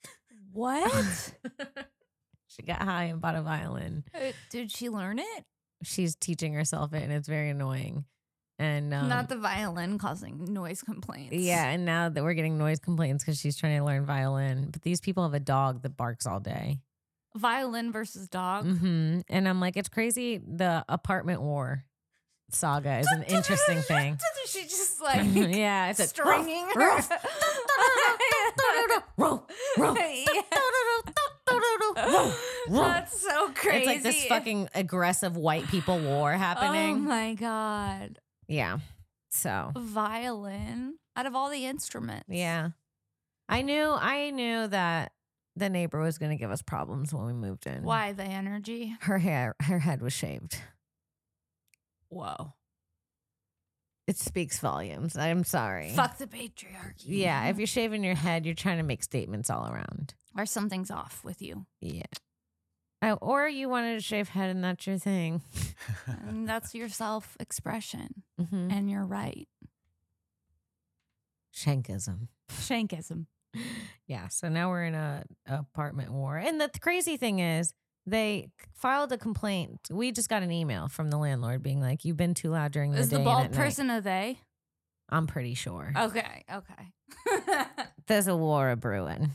What?
She got high and bought a violin.
Uh, Did she learn it?
She's teaching herself it, and it's very annoying. And um,
Not the violin causing noise complaints.
yeah, and now that we're getting noise complaints because she's trying to learn violin, but these people have a dog that barks all day.
Violin versus dog.
hmm And I'm like, it's crazy. The apartment war saga is an interesting thing.
She just like
yeah, it's a
stringing her.
ruff, ruff, ruff,
That's so crazy.
It's like this fucking aggressive white people war happening.
Oh my god.
yeah. So,
Violin out of all the instruments.
yeah. I knew I knew that the neighbor was going to give us problems when we moved in.
Why the energy?
Her hair her head was shaved.
Whoa.
It speaks volumes. I'm sorry.
Fuck the patriarchy.
Yeah, if you're shaving your head, you're trying to make statements all around.
or something's off with you.
Yeah. Oh, or you wanted to shave head and that's your thing.
And that's your self expression.
Mm-hmm.
And you're right.
Shankism.
Shankism.
Yeah. So now we're in a apartment war. And the th- crazy thing is, they c- filed a complaint. We just got an email from the landlord being like, "You've been too loud during the
Is
day."
the
and
bald
at night."
person Oh. a they?
I'm pretty sure.
Okay, okay.
There's a war a brewing.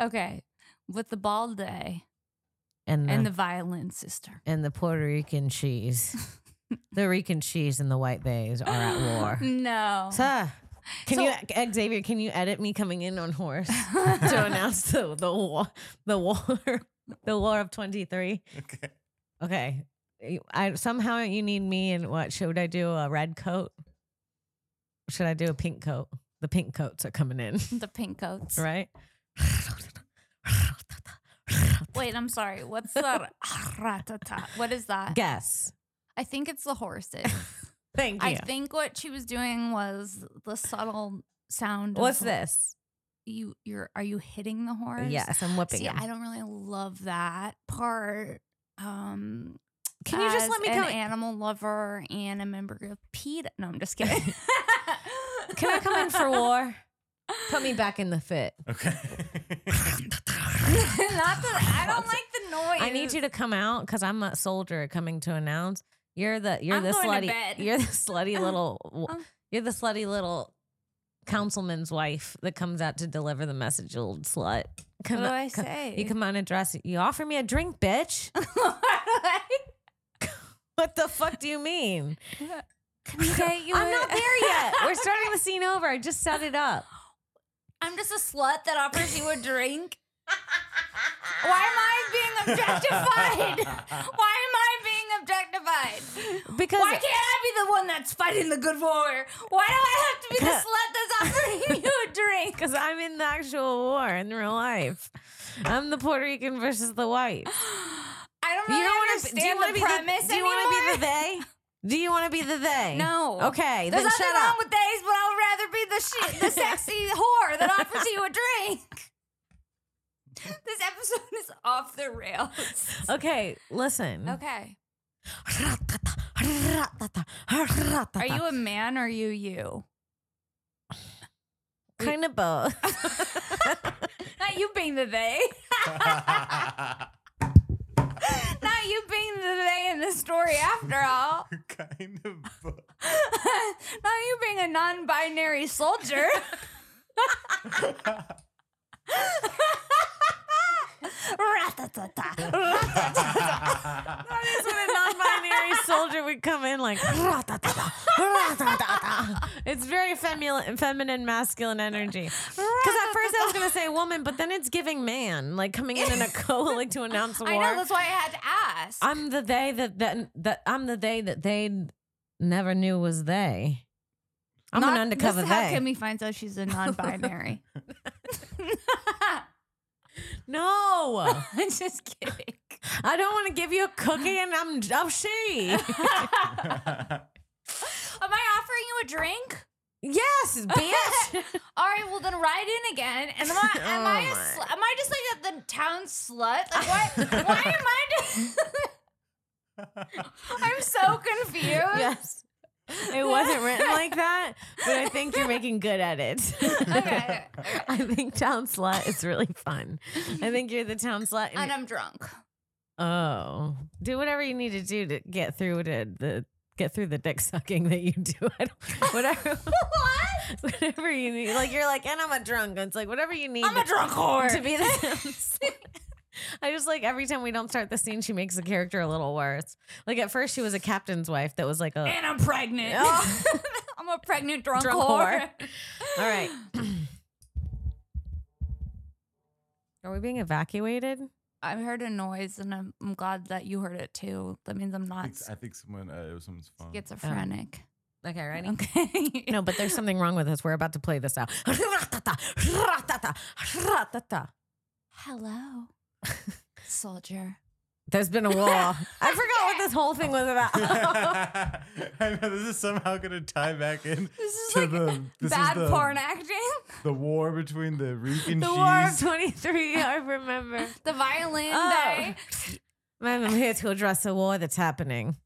Okay. With the ball day
and the,
and
and
the
the,
violin sister.
Puerto Rican cheese, the Rican cheese and the white bays are at war.
No.
So, can
So-
you, e, Xavier? Can you edit me coming in on horse to announce the the war, the war, the war of twenty three?
Okay.
Okay. You- I somehow you need me and what should I do? A red coat? Should I do a pink coat? The pink coats are coming in,
the pink coats.
right?
Wait, I'm sorry. What's that? Ratata. What is that?
Guess.
I think it's the horses.
Thank you.
I think what she was doing was the subtle sound. of-
What's this?
You you're are you hitting the horse?
Yes, I'm whipping
See,
him.
I don't really love that part. Um,
Can you just
as
let me
an
come?
animal lover and a member of PETA. No, I'm just kidding.
Can I come in for war? Put me back in the fit.
Okay.
Not that I don't like the noise.
I need you to come out because I'm a soldier coming to announce. You're the you're
I'm
the
going to
slutty
bed.
you're the slutty little
Um.
you're the slutty little councilman's wife that comes out to deliver the message, you old slut.
What
Come
do
out-
Oh, I
come-
say?
You come out and dress. You offer me a drink, bitch. what the fuck do you mean?
Okay, you
I'm not
would-
there yet. We're starting the scene over. I just set it up.
I'm just a slut that offers you a drink. Why am I being objectified? Why am I being objectified?
Because
Why can't I be the one that's fighting the good war? Why do I have to be the slut that's offering you a drink?
Because I'm in the actual war in real life. I'm the Puerto Rican versus the white.
I don't
You
really
don't want to.
understand
Do you want to
the
be
premise
the? Do you want to be the they? Do you want to be the they?
No.
Okay.
There's
then
nothing
shut
wrong
up.
with days, but I would rather be the shit, the sexy whore that offers you a drink. This episode is off the rails.
okay. Listen.
Okay. Are
Are
you a man or are you you?
kind of both?
Not you being the they. Not you being the they in the story after all.
kind of. bu-
Not you being a non binary soldier. Ratatata.
That is when a non-binary soldier would come in like "Ra-ta-ta-ta, ra-ta-ta-ta." it's very feminine feminine masculine energy because at first i was going to say woman but then it's giving man like coming in in a coat like to announce the war
I know, that's why I had to ask.
i'm the they that, that that i'm the they that they never knew was they i'm
Not-
an undercover
this is
they
How Kimmy finds out she's a non binary?
no
I'm just kidding.
i don't want to give you a cookie and i'm i'm she
Am I offering you a drink?
yes bitch
All right, well then ride in again. And am I, am I,
Oh
a
my.
sl- am I just like a, the town slut? Like what? Why am I? Just- I'm so confused.
yes. It wasn't written like that, but I think you're making good at it.
Okay,
I think town slut is really fun. I think you're the town slut.
and
And
I'm drunk.
oh, do whatever you need to do to get through to the get through the dick sucking that you do. I don't, whatever. what? Whatever you need. Like you're like, and I'm a drunk. It's like whatever you need.
I'm a
to-
drunk whore.
to be the town slut. I just like every time we don't start the scene, she makes the character a little worse. Like at first, she was a captain's wife that was like a
and I'm pregnant.
Oh.
I'm a pregnant drunk,
Drunk
whore.
All right. Are we being evacuated?
I heard a noise, and I'm, I'm glad that you heard it too. That means I'm
I
not
think, I think someone. Uh, it was someone's phone.
schizophrenic.
Okay, ready?
Okay.
Um, No, but there's something wrong with us. We're about to play this out.
Hello, soldier.
There's been a war. I forgot what this whole thing was about.
I know this is somehow gonna tie back in.
This is
to
like
the, this is
bad
the,
porn acting.
The war between the Rican
the
cheese.
War of 23, I remember.
The violin
Oh.
day.
Ma'am, I'm here to address a war that's happening.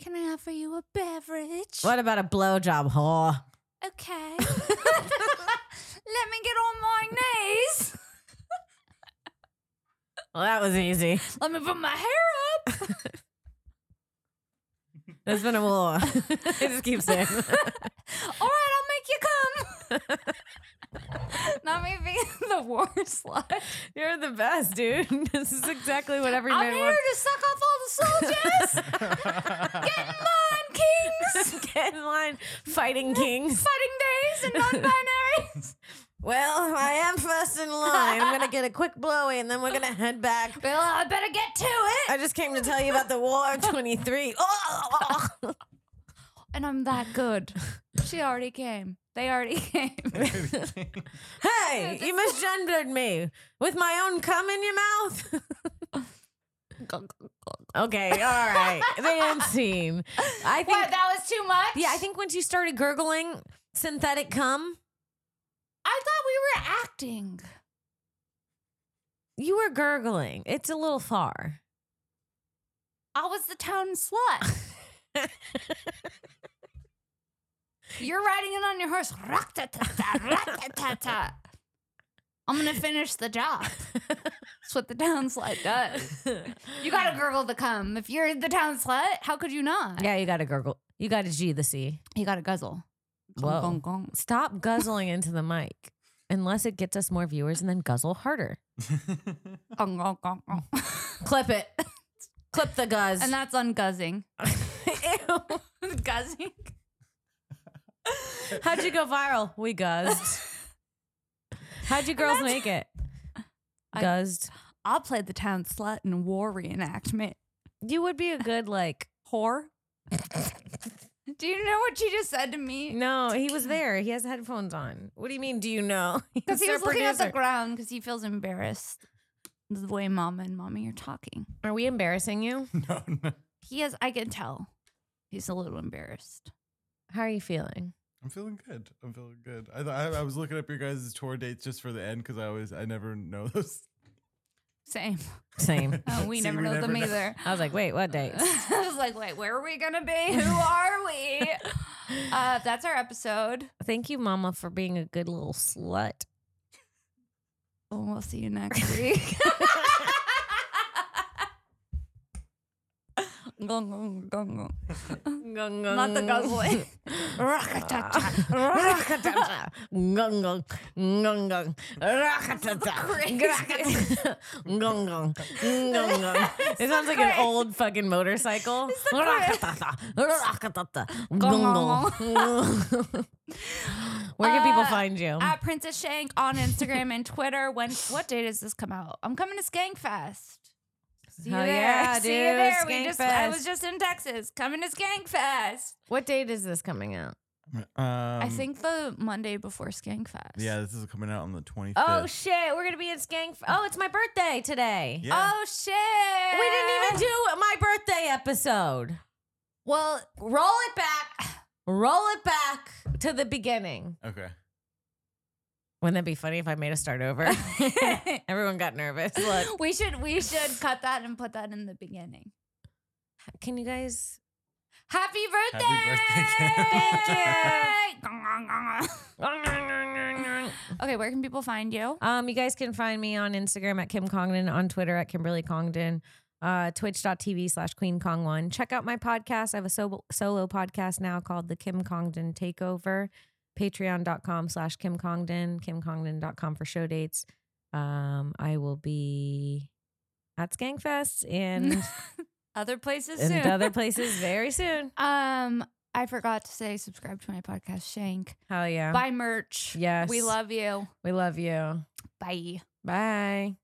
Can I offer you a beverage?
What about a blowjob whore?
Okay. Let me get on my knees.
Well, that was easy.
Let me put my hair up.
There's been a war. it just keeps saying.
All right, I'll make you come. Not me being the war slut.
You're the best, dude. This is exactly what every
I'm
man
here
wants.
to suck off all the soldiers. Get in line, kings.
Get in line, fighting kings.
Fighting days and non-binaries.
Well, I am first in line. I'm gonna get a quick blowy, and then we're gonna head back.
Bill, I better get to it.
I just came to tell you about the War of 23. Oh!
And I'm that good. She already came. They already came.
Hey, you misgendered me with my own cum in your mouth. okay, all right. The end scene. I think.
what? That was too much.
yeah, I think once you started gurgling synthetic cum,
I thought we were acting.
you were gurgling. It's a little far.
I was the town slut. You're riding it on your horse. Rock-ta-ta-ta, rock-ta-ta-ta. I'm gonna finish the job. That's what the town slut does. You gotta gurgle the cum. If you're the town slut, how could you not?
Yeah, you gotta gurgle. You gotta G the C.
You gotta guzzle.
Whoa.
Gong, gong, gong.
Stop guzzling into the mic unless it gets us more viewers and then guzzle harder.
Gong, gong, gong, gong.
Clip it. Clip the guzz.
And that's unguzzing. guzzing.
How'd you go viral? We guzzed. How'd you girls make it?
I-
Guzzed.
I played the town slut in war reenactment.
You would be a good like
Whore. Do you know what she just said to me?
No, he was there. He has headphones on. What do you mean? Do you know?
Because he
He's
was
our
looking at the
producer.
ground because he feels embarrassed the way mama and mommy are talking.
Are we embarrassing you?
no, no.
He is, I can tell, he's a little embarrassed.
How are you feeling?
I'm feeling good. I'm feeling good. I, th- I I was looking up your guys' tour dates just for the end because I always I never know those.
Same.
Same.
Oh, we
See,
never
we
know
never
them
know.
either.
I was like, wait, what dates?
I was like, wait, where are we going to be? Who are we? Uh, that's our episode.
Thank you, Mama, for being a good little slut.
Well, we'll see you next week. Gong, gong, gong, gong. Not the guzzling.
Gung gung, gung gung, rakatata, rakatata, gung gung, gung gung. It sounds like an
crazy.
old fucking motorcycle. Rakatata, rakatata, gung gung. Where can people
Uh,
find you?
At Princess Shank on Instagram and Twitter. When what day does this come out? I'm coming to Skankfest. See you
Hell
there.
yeah,
See you
dude.
there. We just, I
Skankfest.
was just in Texas. Coming to Skankfest.
What date is this coming out?
Um,
I think the Monday before Skankfest.
Yeah, this is coming out on the 25th.
Oh shit, we're gonna be at Skank. Oh, it's my birthday today.
yeah.
Oh shit.
We didn't even do my birthday episode.
Well,
Roll it back. Roll it back to the beginning.
okay.
Wouldn't that be funny if I made a start over? Everyone got nervous. Look,
we should we should cut that and put that in the beginning.
can you guys?
Happy birthday!
Happy
Thank you. okay, where can people find you?
Um, you guys can find me on Instagram at Kim Congdon, on Twitter at Kimberly Congdon, uh, twitch.tv slash Queen Kong One. Check out my podcast. I have a so- solo podcast now called The Kim Congdon Takeover. Patreon.com slash Kim Congdon, KimCongdon.com for show dates. Um, I will be at Skankfest and,
Other places soon.
and other places very soon.
um, I forgot to say subscribe to my podcast, Shank.
Hell yeah.
Buy merch.
Yes.
We love you.
We love you.
Bye.
Bye.